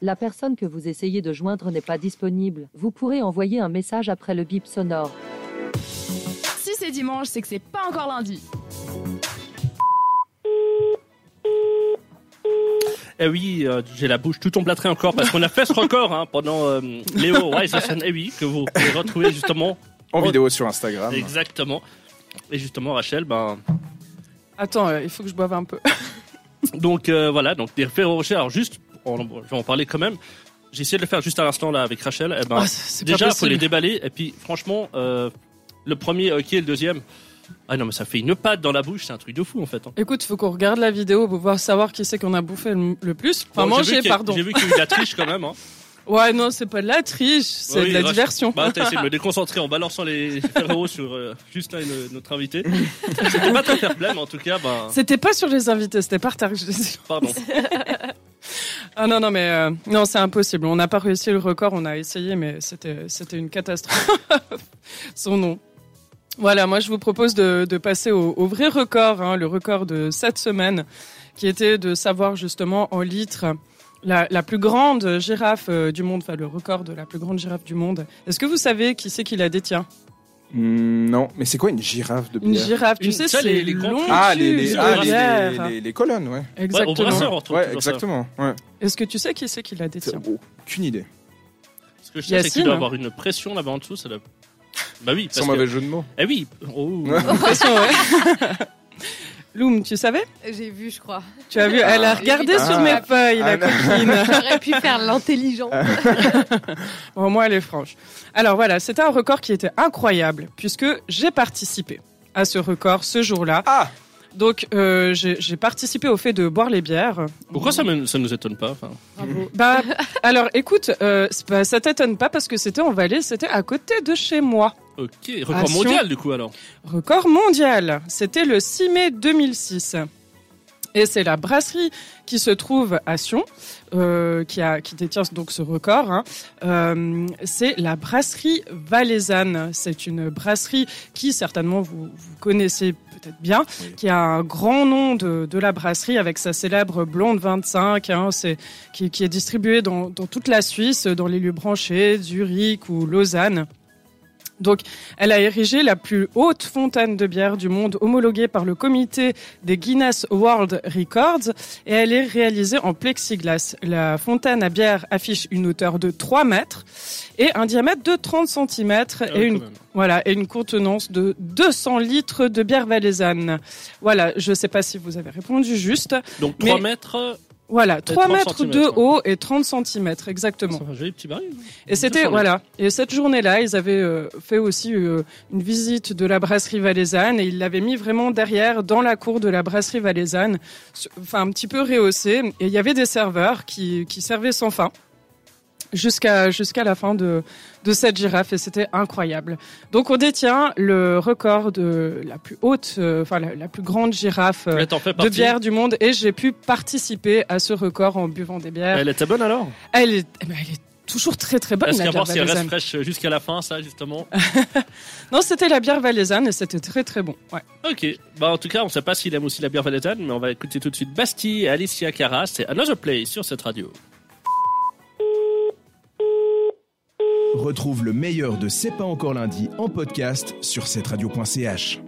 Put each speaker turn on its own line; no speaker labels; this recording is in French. La personne que vous essayez de joindre n'est pas disponible. Vous pourrez envoyer un message après le bip sonore.
Si c'est dimanche, c'est que c'est pas encore lundi.
Eh oui, euh, j'ai la bouche tout emplâtrée encore parce qu'on a fait ce record hein, pendant euh, Léo Wiseson. Eh oui, que vous pouvez retrouver justement.
En
Oh.
vidéo sur
Ah,
Instagram.
Exactement. Et justement, Rachel, ben,
Attends, euh, il faut que je boive un peu.
donc euh, voilà, donc des Ferrero Rocher. Alors juste, on- je vais en parler quand même. J'ai essayé de le faire juste à l'instant là avec Rachel. Eh ben,
Ah, c'est pas
déjà, faut
possible.
les déballer. Et puis, franchement, euh, le premier, ok, le deuxième. Ah non, mais ça fait une pâte dans la bouche, c'est un truc de fou en fait. hein.
Écoute, faut qu'on regarde la vidéo pour pouvoir savoir qui c'est qu'on a bouffé le, le plus. Enfin,
Bon, j'ai vu
mangé,
qu'il y a-
pardon.
J'ai vu qu'il y a eu de la triche quand même. Hein.
Ouais, non, c'est pas de la triche, c'est
Oui,
de la
Rach-
diversion.
Bah, t'as essayé de me déconcentrer en balançant les Ferrero sur euh, Justin, le- notre invité. C'était pas très fair play, mais en tout cas, bah,
C'était pas sur les invités, c'était par terre. que je les ai-
pardon.
Ah non, non, mais euh, non, c'est impossible. On n'a pas réussi le record, on a essayé, mais c'était c'était une catastrophe. Son nom. Voilà, moi je vous propose de, de passer au, au vrai record, hein, le record de cette semaine, qui était de savoir justement en litres la, la plus grande girafe euh, du monde, enfin le record de la plus grande girafe du monde. Est-ce que vous savez qui c'est qui la détient
Hmm, non, mais c'est quoi une girafe de
Une
bière
girafe, tu
Une-
sais,
ça,
c'est
les- les grands-
long.
Ah, les, les,
Une
ah, les-
bière.
les- les- les colonnes, ouais.
Ouais, au
Exactement.
brasseur, on retrouve
Ouais,
toujours ça.
exactement. Ouais.
Est-ce que tu sais qui c'est qui la détient
Aucune idée.
Ce que je sais, c'est que tu
Yacine.
dois avoir une pression là-bas en dessous. Ça doit- Bah oui, parce
Sans
que-
mauvais jeu de mots.
Eh oui. Oh.
Question, ouais. Loum, tu savais
J'ai vu, je crois.
Tu as vu, elle a regardé
Ah.
sur mes feuilles, la
Ah, non.
copine.
J'aurais pu faire l'intelligent.
Au moins, elle est franche. Alors voilà, c'était un record qui était incroyable, puisque j'ai participé à ce record ce jour-là.
Ah
Donc, euh, j'ai j'ai participé au fait de boire les bières.
Pourquoi ça, me- ça nous étonne pas enfin,
Bravo.
Bah, alors écoute, euh, c'est pas- ça t'étonne pas parce que c'était en Valais, c'était à côté de chez moi.
Ok, record
Ah, si on-
mondial du coup alors.
Record mondial, c'était le 6 mai 2006. Et c'est la brasserie qui se trouve à Sion, euh, qui, a, qui détient donc ce record. hein. Euh, c'est la brasserie valaisanne. C'est une brasserie qui, certainement, vous, vous connaissez peut-être bien,
Oui.
qui a un grand nom de, de la brasserie avec sa célèbre Blonde 25, hein, c'est, qui, qui est distribuée dans, dans toute la Suisse, dans les lieux branchés, Zurich ou Lausanne. Donc, elle a érigé la plus haute fontaine de bière du monde, homologuée par le comité des Guinness World Records, et elle est réalisée en plexiglas. La fontaine à bière affiche une hauteur de 3 mètres et un diamètre de 30 cm
Ah
et
oui,
une
quand même.
voilà, et une contenance de 200 litres de bière valaisanne. Voilà, je ne sais pas si vous avez répondu juste.
Donc
Mais-
3 mètres. euh,
Voilà, 3
30
mètres de
centimètres, ouais.
haut et 30 centimètres, exactement.
C'est un joli petit baril.
Et c'était
200
voilà. Et cette journée-là, ils avaient euh, fait aussi euh, une visite de la brasserie valaisanne et ils l'avaient mis vraiment derrière dans la cour de la brasserie valaisanne, s- enfin un petit peu rehaussée. Et il y avait des serveurs qui, qui servaient sans fin jusqu'à jusqu'à la fin de de cette girafe et c'était incroyable. Donc on détient le record de la plus haute, euh, enfin la, la plus grande girafe euh,
Elle t'en fait
de
partie.
bière du monde et j'ai pu participer à ce record en buvant des bières.
Elle était bonne alors
Elle est, eh ben, elle est toujours très très bonne
Est-ce
la
qu'à
bière
voir si elle reste
valaisanne.
fraîche euh, jusqu'à la fin, ça justement
Non, c'était la bière valaisanne et c'était très très bon. Ouais.
Ok, bah en tout cas, on sait pas s'il aime aussi la bière valaisanne, mais on va écouter tout de suite Bastille et Alicia Cara, c'est Another Play sur cette radio.
Retrouve le meilleur de C'est pas encore lundi en podcast sur cette radio.ch.